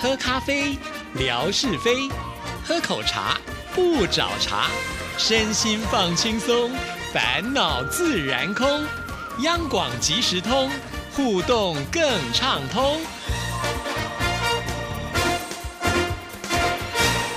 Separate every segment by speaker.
Speaker 1: 喝咖啡，聊是非；喝口茶，不找茬。身心放轻松，烦恼自然空。央广即时通，互动更畅通。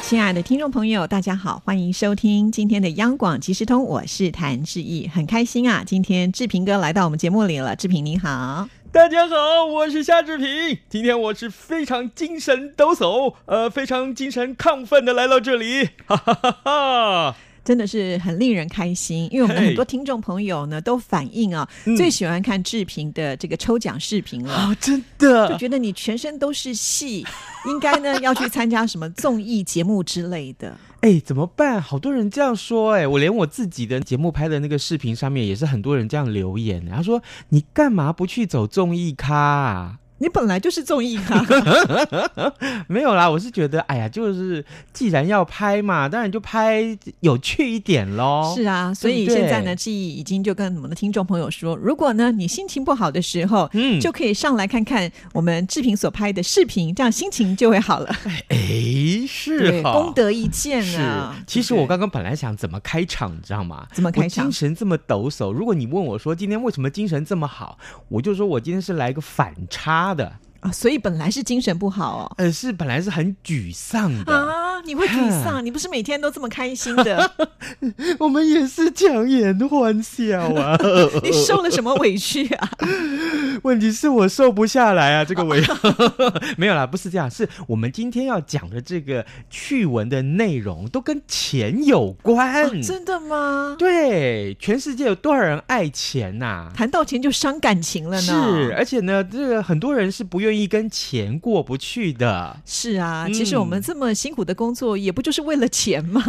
Speaker 2: 亲爱的听众朋友，大家好，欢迎收听今天的央广即时通，我是谭志毅，很开心啊，今天志平哥来到我们节目里了，志平你好。
Speaker 3: 大家好，我是夏志平。今天我是非常精神抖擞，呃，非常精神亢奋的来到这里， 哈哈哈哈！
Speaker 2: 真的是很令人开心，因为我们的
Speaker 3: 嘿
Speaker 2: 很多听众朋友呢都反映啊，
Speaker 3: 嗯
Speaker 2: 最喜欢看志平的这个抽奖视频了。
Speaker 3: 啊，真
Speaker 2: 就
Speaker 3: 的，
Speaker 2: 觉得你全身都是戏，应该呢要去参加什么综艺节目之类的。
Speaker 3: 哎，怎么办？好多人这样说，哎，我连我自己的节目拍的那个视频上面也是很多人这样留言，他说你干嘛不去走综艺咖、 啊？
Speaker 2: 你本来就是综艺 咖，
Speaker 3: 没有啦，我是觉得，哎呀，就是既然要拍嘛，当然就拍有趣一点喽。
Speaker 2: 是啊，所以
Speaker 3: 对不对
Speaker 2: 现在呢，志毅已经就跟我们的听众朋友说，如果呢你心情不好的时候，
Speaker 3: 嗯
Speaker 2: 就可以上来看看我们志平所拍的视频，这样心情就会好了，
Speaker 3: 哎，是
Speaker 2: 对，
Speaker 3: 哈，
Speaker 2: 功德一件啊
Speaker 3: 是。，其实我刚刚本来想怎么开场，你知道吗？
Speaker 2: 怎么开场
Speaker 3: 我精神这么抖擞，如果你问我说今天为什么精神这么好，我就说我今天是来一个反差的，
Speaker 2: 啊，所以本来是精神不好
Speaker 3: 呃，是本来是很沮丧
Speaker 2: 哦。
Speaker 3: 的，
Speaker 2: 啊，你会沮丧？你不是每天都这么开心 的？
Speaker 3: 我们也是强颜欢笑 啊。
Speaker 2: 你受了什么委屈啊？
Speaker 3: 问题是我瘦不下来啊，这个我 没有啦，不是这样，是我们今天要讲的这个趣闻的内容都跟钱有关。
Speaker 2: 啊真的吗？
Speaker 3: 嗯对，全世界有多少人爱钱呐、
Speaker 2: 谈到钱就伤感情了呢。。
Speaker 3: 是，而且呢，这个很多人是不愿意跟钱过不去的
Speaker 2: 是啊，
Speaker 3: 嗯
Speaker 2: 其实我们这么辛苦的工作，也不就是为了钱嘛，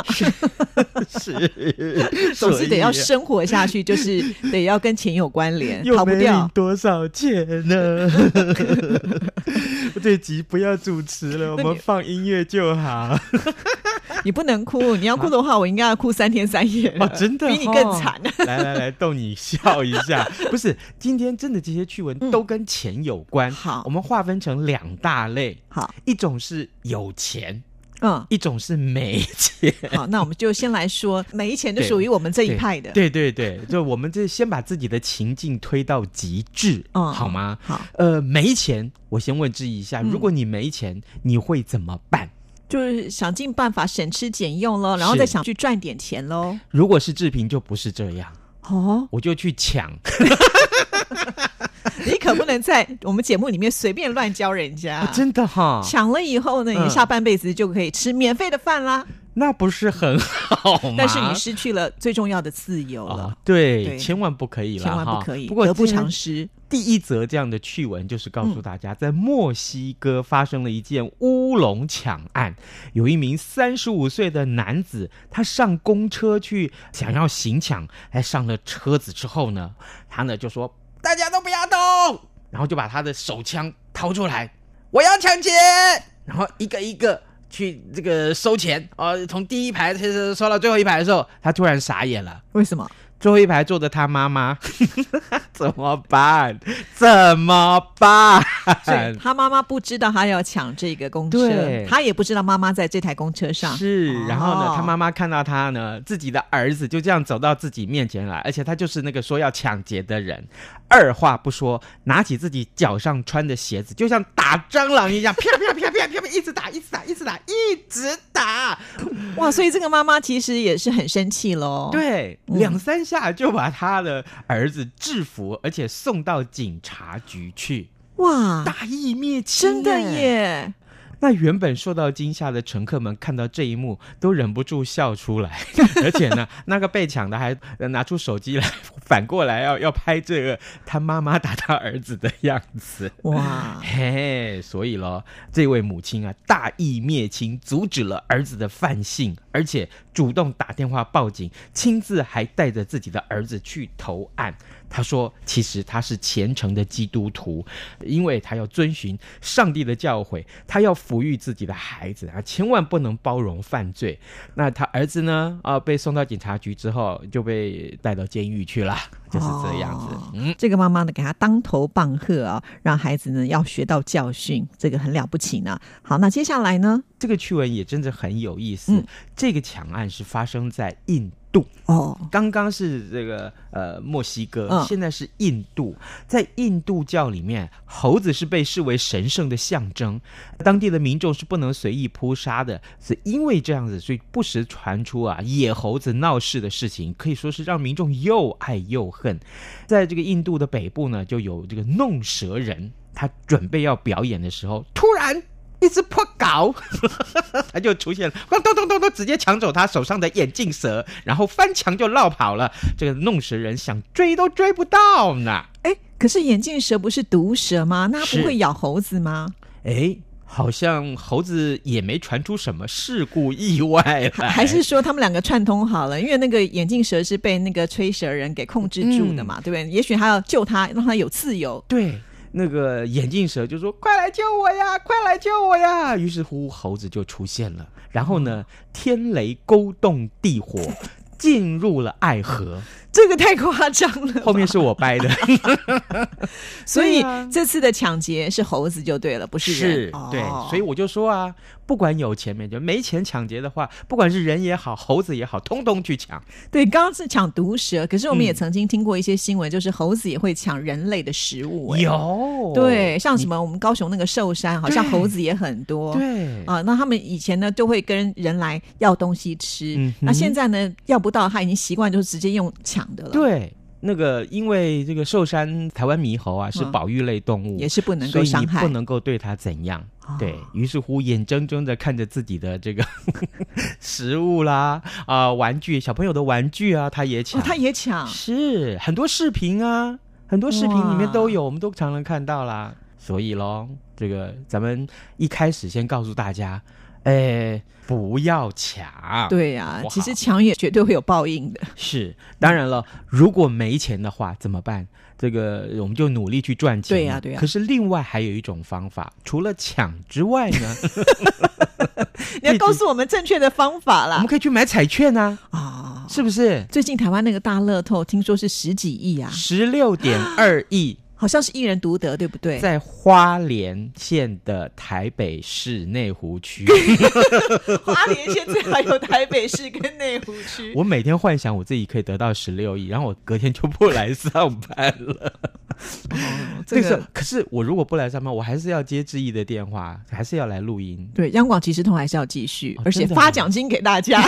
Speaker 3: 嗯 是，
Speaker 2: 总是得要
Speaker 3: 所以啊
Speaker 2: 生活下去，就是得要跟钱有关联，
Speaker 3: 又
Speaker 2: 逃不
Speaker 3: 没领
Speaker 2: 掉。
Speaker 3: 多少钱呢？ 这集不要主持了，我
Speaker 2: 那
Speaker 3: 们
Speaker 2: 你
Speaker 3: 放音乐就 好。
Speaker 2: 你不能哭，你要哭的话，我应该要哭三天三夜了
Speaker 3: 哦，真的
Speaker 2: 比你
Speaker 3: 哦
Speaker 2: 更惨。
Speaker 3: 来来来，逗你笑一 下。不是，今天真的这些趣闻
Speaker 2: 嗯
Speaker 3: 都跟钱有关。
Speaker 2: 好
Speaker 3: 我们划分成两大类，
Speaker 2: 好，
Speaker 3: 一种是有钱，
Speaker 2: 嗯，
Speaker 3: 一种是没钱。
Speaker 2: 好，那我们就先来 说，没钱就属于我们这一派的。
Speaker 3: 对对对，就我们这先把自己的情境推到极致，
Speaker 2: 嗯
Speaker 3: 好吗？
Speaker 2: 好，
Speaker 3: 呃，没钱，我先问质疑一下，
Speaker 2: 嗯
Speaker 3: 如果你没钱，你会怎么办？
Speaker 2: 就是想尽办法省吃俭用喽，然后
Speaker 3: 是
Speaker 2: 再想去赚点钱喽。
Speaker 3: 如果是志平，就不是这样，
Speaker 2: 哦，
Speaker 3: 我就去抢。
Speaker 2: 你可不能在我们节目里面随便乱教人家。
Speaker 3: 啊、真的哈，
Speaker 2: 抢了以后呢，你
Speaker 3: 嗯
Speaker 2: 下半辈子就可以吃免费的饭啦，
Speaker 3: 那不是很好吗？
Speaker 2: 但是你失去了最重要的自由
Speaker 3: 啊
Speaker 2: 了，，
Speaker 3: 对，
Speaker 2: 对
Speaker 3: 千万不可以啦，
Speaker 2: 千万不
Speaker 3: 哈
Speaker 2: 可以，
Speaker 3: 不过
Speaker 2: 得不
Speaker 3: 今天
Speaker 2: 偿失。
Speaker 3: 第一则这样的趣闻就是告诉大家，在墨西哥发生了一件乌龙抢案，有一名三十五岁的男子，他上公车去想要行抢，哎，上了车子之后呢，他呢就说大家都不要动，然后就把他的手枪掏出来，我要抢劫，然后一个一个。去这个收钱呃，从第一排收收收到最后一排的时候，他突然傻眼了，
Speaker 2: 为什么？
Speaker 3: 最后一排坐着他妈妈， 怎么办？怎么办？
Speaker 2: 所以他妈妈不知道他要抢这个公车
Speaker 3: 哎对，
Speaker 2: 他也不知道妈妈在这台公车上。
Speaker 3: 是，然后呢
Speaker 2: 哦？
Speaker 3: 他妈妈看到他呢，自己的儿子就这样走到自己面前来，而且他就是那个说要抢劫的人，二话不说，拿起自己脚上穿的鞋子，就像打蟑螂一样， 啪啪啪啪啪啪，一直打，一直打，一直打，一直打，
Speaker 2: 哦 哇，所以这个妈妈其实也是很生气喽。，
Speaker 3: 对，
Speaker 2: 嗯
Speaker 3: 两三下就把他的儿子制服，而且送到警察局去，
Speaker 2: 哇，
Speaker 3: 大义灭亲，
Speaker 2: 啊真的。耶！
Speaker 3: 那原本受到惊吓的乘客们看到这一幕，都忍不住笑出来， 而且呢，那个被抢的还呃拿出手机来，反过来要要拍这个他妈妈打他儿子的样子。
Speaker 2: 哇，
Speaker 3: 嘿，所以咯，这位母亲啊，大义灭亲，阻止了儿子的犯性，而且主动打电话报警，亲自还带着自己的儿子去投案。他说，其实他是虔诚的基督徒，因为他要遵循上帝的教诲，他要抚育自己的孩子啊，千万不能包容犯罪。那他儿子呢？啊，被送到警察局之后，就被带到监狱去了，就是这样子。
Speaker 2: 哦
Speaker 3: 嗯，
Speaker 2: 这个妈妈呢，给他当头棒喝啊、让孩子呢要学到教训，这个很了不起呢。好，那接下来呢？
Speaker 3: 这个趣闻也真的很有意思。
Speaker 2: 嗯
Speaker 3: 这个抢案是发生在印度。
Speaker 2: 哦，
Speaker 3: 刚刚是这个呃墨西哥，
Speaker 2: 嗯
Speaker 3: 现在是印度。在印度教里面，猴子是被视为神圣的象征，当地的民众是不能随意扑杀的。是因为这样子，所以不时传出啊野猴子闹事的事情，可以说是让民众又爱又恨。在这个印度的北部呢，就有这个弄蛇人，他准备要表演的时候，突然。一只破狗，他就出现了，咣咚咚咚咚，直接抢走他手上的眼镜蛇，然后翻墙就绕跑了。这个弄蛇人想追都追不到呢。
Speaker 2: 哎，可是眼镜蛇不是毒蛇吗？那它
Speaker 3: 是
Speaker 2: 不会咬猴子吗？
Speaker 3: 哎，好像猴子也没传出什么事故意外
Speaker 2: 还
Speaker 3: 来，
Speaker 2: 还是说他们两个串通好了？因为那个眼镜蛇是被那个吹蛇人给控制住的
Speaker 3: 嗯
Speaker 2: 嘛，对不对？也许他要救他，让他有自由。
Speaker 3: 对。那个眼镜蛇就说：“快来救我呀！快来救我呀！”于是乎，猴子就出现了。然后呢，天雷勾动地火，进入了爱河。
Speaker 2: 这个太夸张了吧。
Speaker 3: 后面是我掰的。
Speaker 2: 所以、
Speaker 3: 对啊
Speaker 2: 这次的抢劫是猴子就对了，不是人。哦
Speaker 3: 对，所以我就说啊，不管有钱没钱，没钱抢劫的话，不管是人也好，猴子也好，通通去抢。
Speaker 2: 对，刚刚是抢毒蛇，可是我们
Speaker 3: 嗯
Speaker 2: 也曾经听过一些新闻，就是猴子也会抢人类的食物、哎
Speaker 3: 有
Speaker 2: 对，像什
Speaker 3: 么
Speaker 2: 么我们高雄那个寿山，好像
Speaker 3: 对
Speaker 2: 猴子也很多。
Speaker 3: 对
Speaker 2: 啊、那他们以前呢就会跟人来要东西吃，
Speaker 3: 嗯哼
Speaker 2: 那现在呢要不到，他已经习惯就是直接用抢的了，，
Speaker 3: 对，那个因为这个寿山台湾猕猴啊是
Speaker 2: 嗯
Speaker 3: 保育类动物，
Speaker 2: 也是不能
Speaker 3: 所
Speaker 2: 够
Speaker 3: 以你
Speaker 2: 伤害
Speaker 3: 不。能够对它怎样。
Speaker 2: 哦
Speaker 3: 对于是乎，眼睁睁的看着自己的这个 食物啦啊、玩具，小朋友的玩具啊，他也抢，
Speaker 2: 哦，他也抢，
Speaker 3: 是很多视频啊，很多视频里面都有，我们都常常看到啦。所以咯，这个咱们一开始先告诉大家，哎，不要抢。，
Speaker 2: 对呀、
Speaker 3: 好不
Speaker 2: 其实
Speaker 3: 好
Speaker 2: 抢也绝对会有报应的。
Speaker 3: 是当然了，如果没钱的话怎么办？这个我们就努力去赚钱嘛。
Speaker 2: 对呀对呀
Speaker 3: 可是另外还有一种方法，除了抢之 外呢，
Speaker 2: 你要告诉我们正确的方法
Speaker 3: 我
Speaker 2: 啦
Speaker 3: 们。可以去买彩券啊，
Speaker 2: 啊、
Speaker 3: 是不是？
Speaker 2: 最近台湾那个大乐透，听说是十几亿啊，
Speaker 3: 十六点二亿。
Speaker 2: 好像是一人独得，对不对？
Speaker 3: 在花莲县的台北市内湖 区，
Speaker 2: 花莲现在还有台北市跟内湖区。
Speaker 3: 我每天幻想我自己可以得到十六亿，然后我隔天就不来上班了。
Speaker 2: 哦
Speaker 3: 这个时候，可是我如果不来上班，我还是要接志毅的电话，还是要来录 音。
Speaker 2: 对央广即时通还是要继续，
Speaker 3: 哦
Speaker 2: 而且
Speaker 3: 真的
Speaker 2: 发
Speaker 3: 吗
Speaker 2: 奖金给大 家。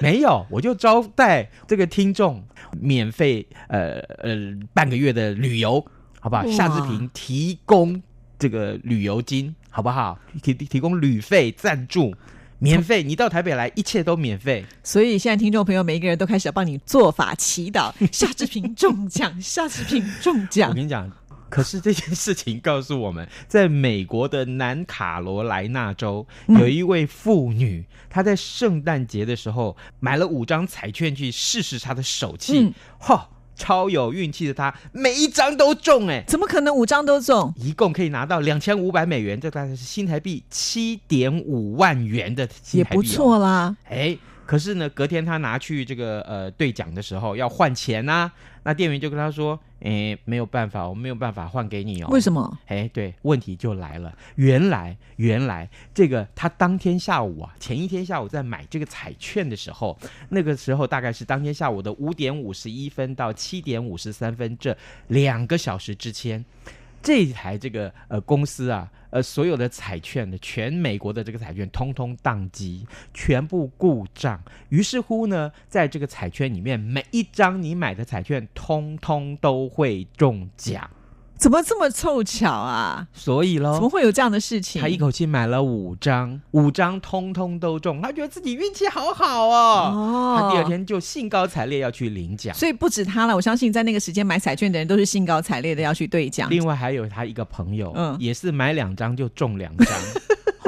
Speaker 3: 没有，我就招待这个听众免费呃呃半个月的旅游，好不好？
Speaker 2: 哇
Speaker 3: 夏志平提供这个旅游金，好不好？提提供旅费赞助，免费，你到台北来，一切都免费。
Speaker 2: 所以现在听众朋友每一个人都开始要帮你做法祈 祷，夏志平中奖，夏志平中
Speaker 3: 我
Speaker 2: 奖。
Speaker 3: 跟你讲，可是这件事情告诉我们，在美国的南卡罗来纳州，
Speaker 2: 嗯
Speaker 3: 有一位妇女，她在圣诞节的时候买了五张彩券去试试她的手气
Speaker 2: 嗯，
Speaker 3: 哈、超有运气的她，每一张都中哎、
Speaker 2: 怎么可能五张都中？
Speaker 3: 一共可以拿到两千五百美元，这大概是新台币七点五万元的新
Speaker 2: 也
Speaker 3: 台币、
Speaker 2: 不
Speaker 3: 哦，
Speaker 2: 错啦。
Speaker 3: 哎，可是呢，隔天他拿去这个呃兑奖的时候要换钱呐、那店员就跟他说，哎，没有办法，我没有办法换给你哦。
Speaker 2: 为
Speaker 3: 么？
Speaker 2: 什么？
Speaker 3: 哎，对，问题就来了。原来，原来这个他当天下午啊，前一天下午在买这个彩券的时候，那个时候大概是当天下午的五点五十一分到七点五十三分这两个小时之间，这台这个呃公司啊，呃所有的彩券的全美国的这个彩券通通宕机，全部故障。于是乎呢，在这个彩券里面，每一张你买的彩券通通都会中奖。
Speaker 2: 怎么这么凑巧啊？
Speaker 3: 所以喽，
Speaker 2: 怎么会有这样的事情？
Speaker 3: 哦他一口气买了五张，五张通通都中，他觉得自己运气好好哦。
Speaker 2: 哦，
Speaker 3: 他第二。天就兴高采烈要去领奖。
Speaker 2: 所以不止他了，我相信在那个时间买彩券的人都是兴高采烈的要去兑奖。
Speaker 3: 另外还有他一个朋友，
Speaker 2: 嗯
Speaker 3: 也是买两张就中两 张。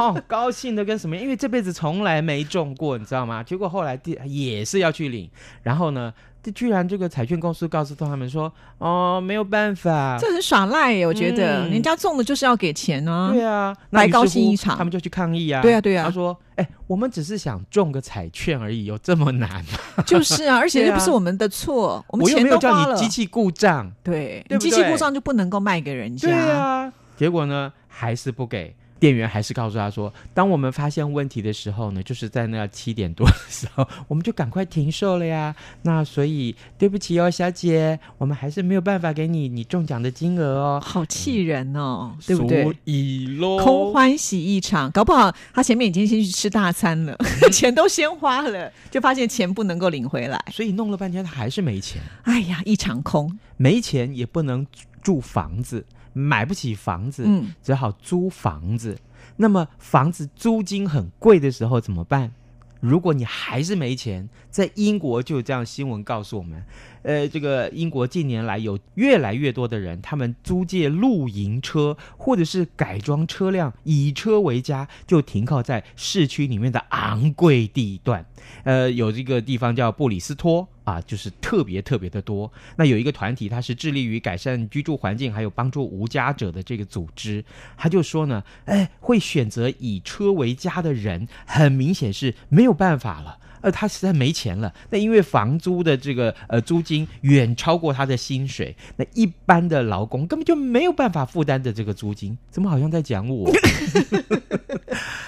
Speaker 3: 哦，高兴的跟什么？因为这辈子从来没中过，你知道吗？结果后来第也是要去领，然后呢，这居然这个彩券公司告诉他们说，哦，没有办法，
Speaker 2: 这很耍赖耶，我觉得、
Speaker 3: 嗯
Speaker 2: 人家中的就是要给钱啊。
Speaker 3: 对啊，
Speaker 2: 白
Speaker 3: 那于是
Speaker 2: 高兴
Speaker 3: 乎
Speaker 2: 一场
Speaker 3: 他们就去抗议啊。
Speaker 2: 对啊对啊
Speaker 3: 他说，哎，我们只是想中个彩券而已，有这么难吗？
Speaker 2: 就是啊，而且
Speaker 3: 对
Speaker 2: 又
Speaker 3: 啊
Speaker 2: 不是我们的错，我们
Speaker 3: 我又
Speaker 2: 钱
Speaker 3: 没
Speaker 2: 都
Speaker 3: 有
Speaker 2: 花
Speaker 3: 叫
Speaker 2: 了
Speaker 3: 你。机器故障。
Speaker 2: 对，你
Speaker 3: 对不
Speaker 2: 机器故
Speaker 3: 对
Speaker 2: 障就不能够卖给人家。
Speaker 3: 对啊，结果呢，还是不给。店员还是告诉他说，当我们发现问题的时候呢，就是在那七点多的时候，我们就赶快停售了呀。那所以对不起哦，小姐，我们还是没有办法给你你中奖的金额哦，
Speaker 2: 好气人
Speaker 3: 嗯
Speaker 2: 哦，对不对
Speaker 3: 所？以喽，
Speaker 2: 空欢喜一场，搞不好他前面已经先去吃大餐 了，钱都先花了，就发现钱不能够领回来。
Speaker 3: 所以弄了半天他还是没钱。
Speaker 2: 哎呀，一场空。
Speaker 3: 没钱也不能住房子，买不起房子，
Speaker 2: 嗯，
Speaker 3: 只好租房子。那么房子租金很贵的时候怎么办？如果你还是没钱，在英国就有这样新闻告诉我们，呃，这个英国近年来有越来越多的人，他们租借露营车或者是改装车辆，以车为家，就停靠在市区里面的昂贵地段。呃，有这个地方叫布里斯托啊，就是特别特别的多。那有一个团体，它是致力于改善居住环境，还有帮助无家者的这个组织，他就说呢，哎，会选择以车为家的人，很明显是没有办法了。呃，他实在没钱了。那因为房租的这个呃租金远超过他的薪水，那一般的劳工根本就没有办法负担的这个租金，怎么好像在讲我？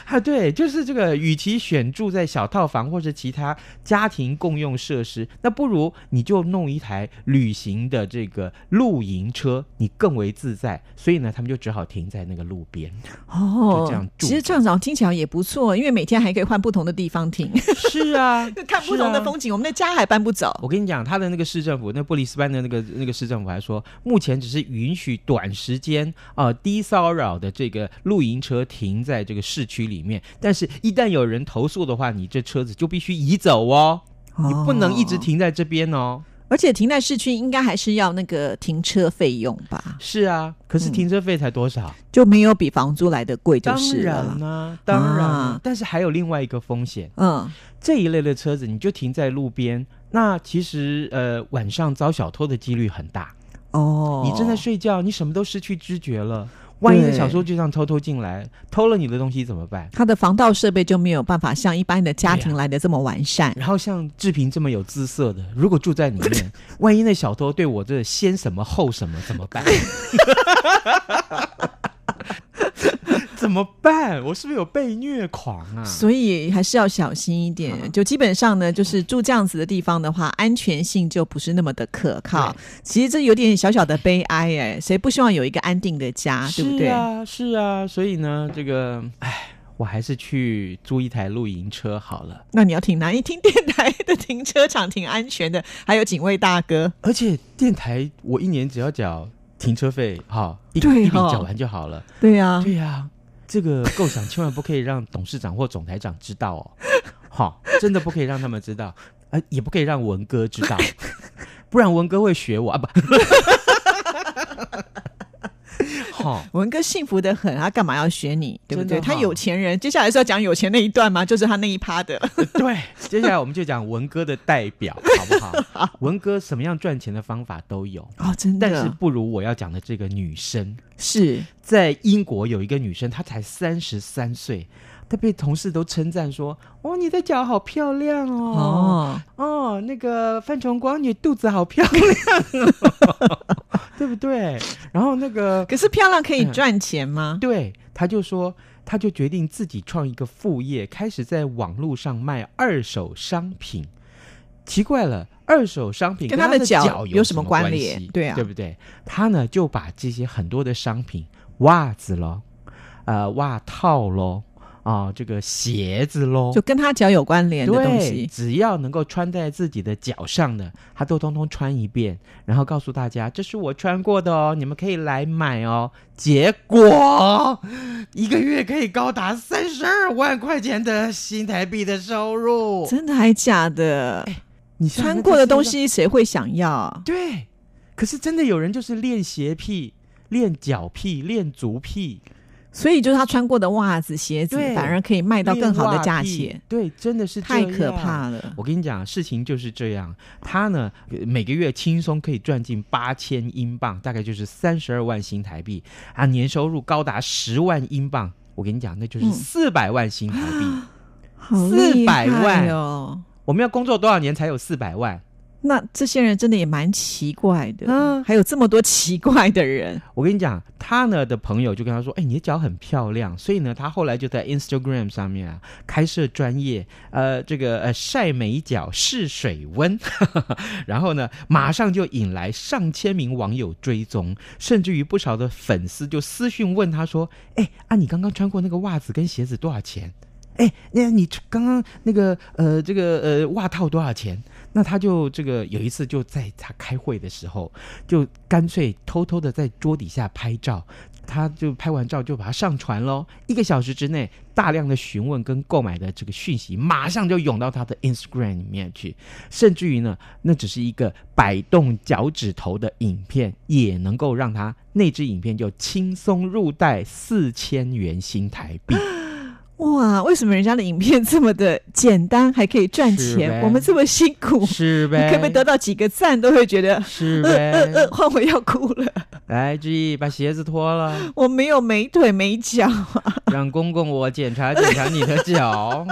Speaker 3: 啊，对，就是这个，与其选住在小套房或是其他家庭共用设施，那不如你就弄一台旅行的这个露营车，你更为自在。所以呢，他们就只好停在那个路边。
Speaker 2: 哦
Speaker 3: 就这样，住
Speaker 2: 其实这样子哦听起来也不错，因为每天还可以换不同的地方停，，
Speaker 3: 是啊
Speaker 2: 看不同的
Speaker 3: 是啊
Speaker 2: 风景，我们的家还搬不走。
Speaker 3: 我跟你讲，他的那个市政府，那布里斯班的那个那个市政府还说，目前只是允许短时间啊、呃低骚扰的这个露营车停在这个市区里面，但是一旦有人投诉的话，你这车子就必须移走哦，你不能一直
Speaker 2: 哦，
Speaker 3: 停在这边哦。
Speaker 2: 而且停在市区应该还是要那个停车费用吧，
Speaker 3: 是啊，可是停车费才多少？
Speaker 2: 就没有比房租来的贵嗯就
Speaker 3: 当
Speaker 2: 是了
Speaker 3: 然。啦、当然啦、
Speaker 2: 啊
Speaker 3: 但是还有另外一个风险，
Speaker 2: 嗯，
Speaker 3: 这一类的车子你就停在路边，那其实呃晚上遭小偷的几率很大。
Speaker 2: 哦，
Speaker 3: 你正在睡觉，你什么都失去知觉了。万一
Speaker 2: 对
Speaker 3: 小偷就这样偷偷进来，偷了你的东西怎么办？
Speaker 2: 他的防盗设备就没有办法像一般的家
Speaker 3: 对
Speaker 2: 庭
Speaker 3: 呀
Speaker 2: 来的这么完善。
Speaker 3: 然后像志平这么有姿色的，如果住在里面，万一那小偷对我这先什么后什么怎么办？ 怎么办？我是不是有被虐狂啊？
Speaker 2: 所以还是要小心一点。
Speaker 3: 嗯
Speaker 2: 就基本上呢，就是住这样子的地方的话，安全性就不是那么的可靠
Speaker 3: 对。
Speaker 2: 其实这有点小小的悲哀哎，谁不希望有一个安定的家，对不
Speaker 3: 是
Speaker 2: 对？
Speaker 3: 啊，是啊。所以呢，这个，唉，我还是去租一台露营车好了。
Speaker 2: 那你要挺难，一听电台的停车场挺安全的，还有警卫大哥。
Speaker 3: 而且电台我一年只要缴停车费，好、一
Speaker 2: 对
Speaker 3: 一笔
Speaker 2: 哦
Speaker 3: 缴完就好了。
Speaker 2: 对呀、啊，
Speaker 3: 对呀、这个构想千万不可以让董事长或总台长知道 哦，好、真的不可以让他们知道，呃，也不可以让文哥知 道，不然文哥会学我啊不。 好、
Speaker 2: 文哥幸福的很，他干嘛要学你，对不对？
Speaker 3: 真的
Speaker 2: 他
Speaker 3: 哈
Speaker 2: 有钱人，接下来是要讲有钱那一段吗？就是他那一趴的。
Speaker 3: 对，接下来我们就讲文哥的代表，好不好？ 文哥什么样赚钱的方法都有，
Speaker 2: 哦，真
Speaker 3: 但是不如我要讲的这个女生。
Speaker 2: 是
Speaker 3: 在英国有一个女生，她才三十三岁，她被同事都称赞说：“哦，你的脚好漂亮哦！
Speaker 2: 哦
Speaker 3: 哦那个范崇光，你肚子好漂亮、 哦，对不对？”然后那个
Speaker 2: 可是漂亮可以
Speaker 3: 嗯
Speaker 2: 赚钱吗？
Speaker 3: 对，她就说，她就决定自己创一个副业，开始在网络上卖二手商品。奇怪了，二手商品
Speaker 2: 跟
Speaker 3: 她
Speaker 2: 她的
Speaker 3: 的
Speaker 2: 脚
Speaker 3: 脚
Speaker 2: 有什
Speaker 3: 什
Speaker 2: 么
Speaker 3: 么
Speaker 2: 关
Speaker 3: 关
Speaker 2: 联
Speaker 3: 系
Speaker 2: 对啊
Speaker 3: 对不对？她呢就把这些很多的商品，袜子咯，呃，袜套咯，啊、这个鞋子咯，
Speaker 2: 就跟他脚有关联的东
Speaker 3: 对，
Speaker 2: 西。
Speaker 3: 只要能够穿在自己的脚上的，他都通通穿一遍，然后告诉大家这是我穿过的哦，你们可以来买哦。结果一个月可以高达三十二万块钱的新台币的收入，
Speaker 2: 真的还假的？
Speaker 3: 哎你想想
Speaker 2: 穿过的东
Speaker 3: 这是
Speaker 2: 西谁会想要啊
Speaker 3: 一？个对，可是真的有人就是练鞋癖、练脚癖、练足癖，
Speaker 2: 所以就是他穿过的袜子、鞋子，
Speaker 3: 对
Speaker 2: 反而可以卖到更好的价钱，，
Speaker 3: 对，真的是这
Speaker 2: 太
Speaker 3: 样
Speaker 2: 可怕了。
Speaker 3: 我跟你讲，事情就是这样。他呢，呃每个月轻松可以赚进八千英镑，大概就是三十二万新台币啊，年收入高达十万英镑。我跟你讲，那就是
Speaker 2: 嗯
Speaker 3: 四百万新台币。
Speaker 2: 好
Speaker 3: 400
Speaker 2: 厉害
Speaker 3: 万
Speaker 2: 哦！
Speaker 3: 我们要工作多少年才有四百万？
Speaker 2: 那这些人真的也蛮奇怪的，
Speaker 3: 嗯
Speaker 2: 还有这么多奇怪的人，
Speaker 3: 我跟你讲，他呢的朋友就跟他说：“哎，你的脚很漂亮。”所以呢，他后来就在 Instagram 上面啊开设专业，呃，这个呃晒美脚试水温， 然后呢，马上就引来上千名网友追踪，甚至于不少的粉丝就私讯问他说：“哎，啊，你刚刚穿过那个袜子跟鞋子多少钱？”哎，那你刚刚那个呃，这个呃袜套多少钱？那他就这个有一次就在他开会的时候，就干脆偷偷的在桌底下拍照，他就拍完照就把它上传喽。一个小时之内，大量的询问跟购买的这个讯息，马上就涌到他的 Instagram 里面去，甚至于呢，那只是一个摆动脚趾头的影片，也能够让他那支影片就轻松入袋四千元新台币。
Speaker 2: 哇！为什么人家的影片这么的简单，还可以赚
Speaker 3: 是呗
Speaker 2: 钱？我们这么辛苦，你
Speaker 3: 是呗？
Speaker 2: 可不可以得到几个赞，都会觉得
Speaker 3: 是
Speaker 2: 呃呃呃，
Speaker 3: 呗？
Speaker 2: 换我要哭了，
Speaker 3: 来，志毅，把鞋子脱了，
Speaker 2: 我没有美腿美脚，
Speaker 3: 让公公我检查检查你的 脚。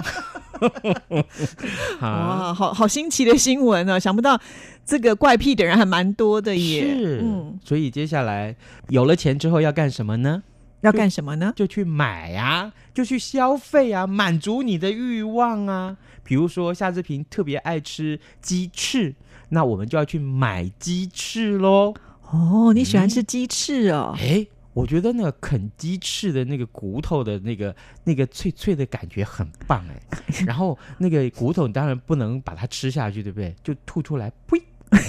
Speaker 3: 啊，
Speaker 2: 哇，好好新奇的新闻哦！想不到这个怪癖的人还蛮多的耶。
Speaker 3: 是，
Speaker 2: 嗯，
Speaker 3: 所以接下来有了钱之后要干什么呢？
Speaker 2: 要干什么呢？
Speaker 3: 就去买呀、啊，就去消费啊，满足你的欲望啊。比如说夏志平特别爱吃鸡翅，那我们就要去买鸡翅喽。
Speaker 2: 哦，你喜欢吃鸡翅哦？
Speaker 3: 哎，我觉得那个啃鸡翅的那个骨头的那个那个脆脆的感觉很棒哎。 然后那个骨头你当然不能把它吃下去，对不对？就吐出来，呸！哎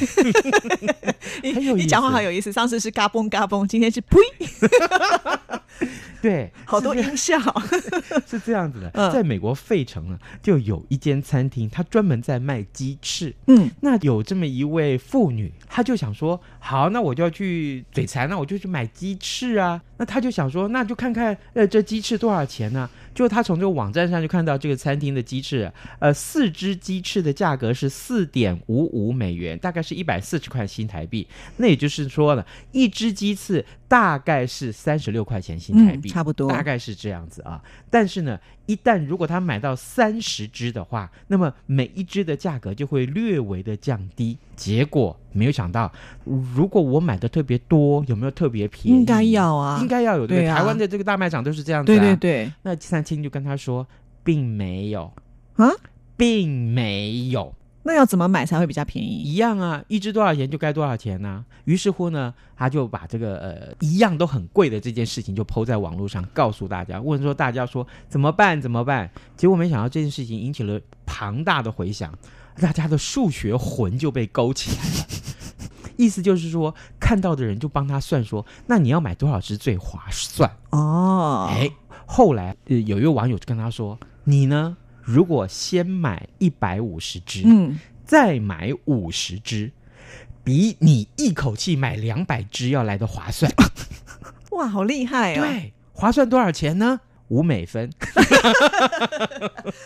Speaker 3: 很有意思
Speaker 2: 嗯你讲话好有意思。上次是嘎嘣嘎嘣，今天是 呸，
Speaker 3: 对，
Speaker 2: 好多音效。
Speaker 3: 是这样子的，
Speaker 2: 嗯
Speaker 3: 在美国费城呢，就有一间餐厅，它专门在卖鸡翅。
Speaker 2: 嗯，
Speaker 3: 那有这么一位妇女，她就想说，好，那我就要去嘴馋，那我就去买鸡翅啊。那她就想说，那就看看，呃，这鸡翅多少钱呢、就她从这个网站上就看到这个餐厅的鸡翅，呃，四只鸡翅的价格是四点五五美元，大概是一百四十块新台币。那也就是说呢，一只鸡翅大概是三十六块钱新台
Speaker 2: 嗯，
Speaker 3: 币，
Speaker 2: 差不多。
Speaker 3: 大概是这样子啊。但是呢，一旦如果他买到三十只的话，那么每一只的价格就会略微的降低。结果没有想到，如果我买的特别多，有没有特别便宜？
Speaker 2: 应该、要啊，
Speaker 3: 应该要有对不
Speaker 2: 对啊
Speaker 3: 台湾的这个大卖场都是这样子、啊。
Speaker 2: 对对对
Speaker 3: 那三清就跟他说，并没有，
Speaker 2: 啊，
Speaker 3: 并没有。
Speaker 2: 那要怎么买才会比较便宜？
Speaker 3: 一样啊，一只多少钱就该多少钱呐、于是乎呢，他就把这个呃一样都很贵的这件事情就抛在网络上，告诉大家，问说大家说怎么办怎么办？结果没想到这件事情引起了庞大的回响，大家的数学魂就被勾起来了。 意思就是说，看到的人就帮他算说，那你要买多少只最划算？
Speaker 2: 哦，
Speaker 3: 哎，后来、呃、有一位网友就跟他说，你呢，如果先买一百五十只，
Speaker 2: 嗯，
Speaker 3: 再买五十只，比你一口气买两百只要来的划算。
Speaker 2: 哇，好厉害哦！
Speaker 3: 对，划算多少钱呢？五美分。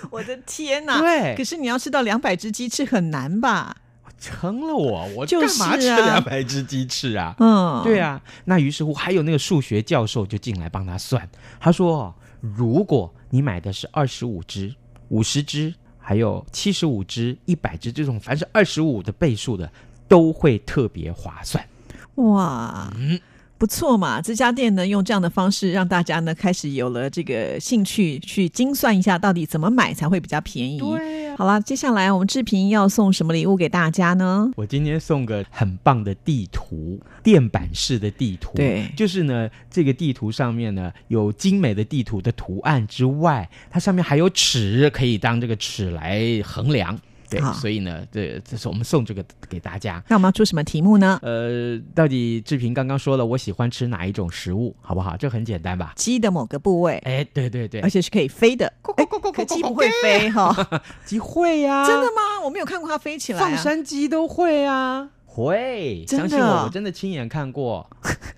Speaker 2: 我的天哪！可
Speaker 3: 对，
Speaker 2: 是你要吃到两百只鸡翅很难吧？
Speaker 3: 成了我，我
Speaker 2: 就是啊
Speaker 3: 干嘛吃两百只鸡翅啊？
Speaker 2: 嗯，
Speaker 3: 对，啊，那于是乎还有那个数学教授就进来帮他算，他说，如果你买的是二十五只、五十只，还有七十五只、一百只这种凡是二十五的倍数的，都会特别划算。
Speaker 2: 哇，
Speaker 3: 嗯
Speaker 2: 不错嘛！这家店呢，用这样的方式让大家呢开始有了这个兴趣，去精算一下到底怎么买才会比较便宜。
Speaker 3: 对呀、
Speaker 2: 好啦，接下来我们志平要送什么礼物给大家呢？
Speaker 3: 我今天送个很棒的地图，电板式的地图。
Speaker 2: 对
Speaker 3: 就是呢，这个地图上面呢有精美的地图的图案之外，它上面还有尺，可以当这个尺来衡量。对
Speaker 2: 好，
Speaker 3: 所以呢，这这是我们送这个给大家。
Speaker 2: 那我们要出什么题目呢？
Speaker 3: 呃，到底志平刚刚说了，我喜欢吃哪一种食物，好不好？这很简单吧？
Speaker 2: 鸡的某个部位，
Speaker 3: 哎，对对对
Speaker 2: 而，且是可以飞的。哎可鸡不会飞哈，
Speaker 3: 机会 呀、
Speaker 2: 真的吗？我没有看过它飞起来、
Speaker 3: 放
Speaker 2: 啊。
Speaker 3: 山鸡都会啊，会，
Speaker 2: 真的
Speaker 3: 相信我，我真的亲眼看过，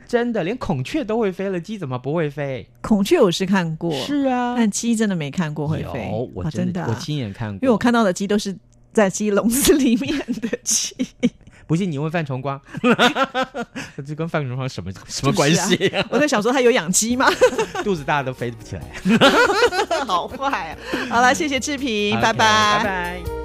Speaker 3: 真的，连孔雀都会飞了，鸡怎么不会飞？
Speaker 2: 孔雀我是看过，
Speaker 3: 是啊，
Speaker 2: 但鸡真的没看过会飞
Speaker 3: 有，我
Speaker 2: 哦
Speaker 3: 真
Speaker 2: 的
Speaker 3: 的
Speaker 2: 啊
Speaker 3: 我亲眼看过，
Speaker 2: 因为我看到的鸡都是在鸡笼子里面的 鸡，
Speaker 3: 不信你问范崇光， 这跟范崇光什么什
Speaker 2: 就是
Speaker 3: 么关
Speaker 2: 啊
Speaker 3: 系、
Speaker 2: 我在想说它有养 鸡吗？
Speaker 3: 肚子大都飞不起来。
Speaker 2: 好坏啊！好了，谢谢志平，
Speaker 3: OK，
Speaker 2: 拜
Speaker 3: 拜拜。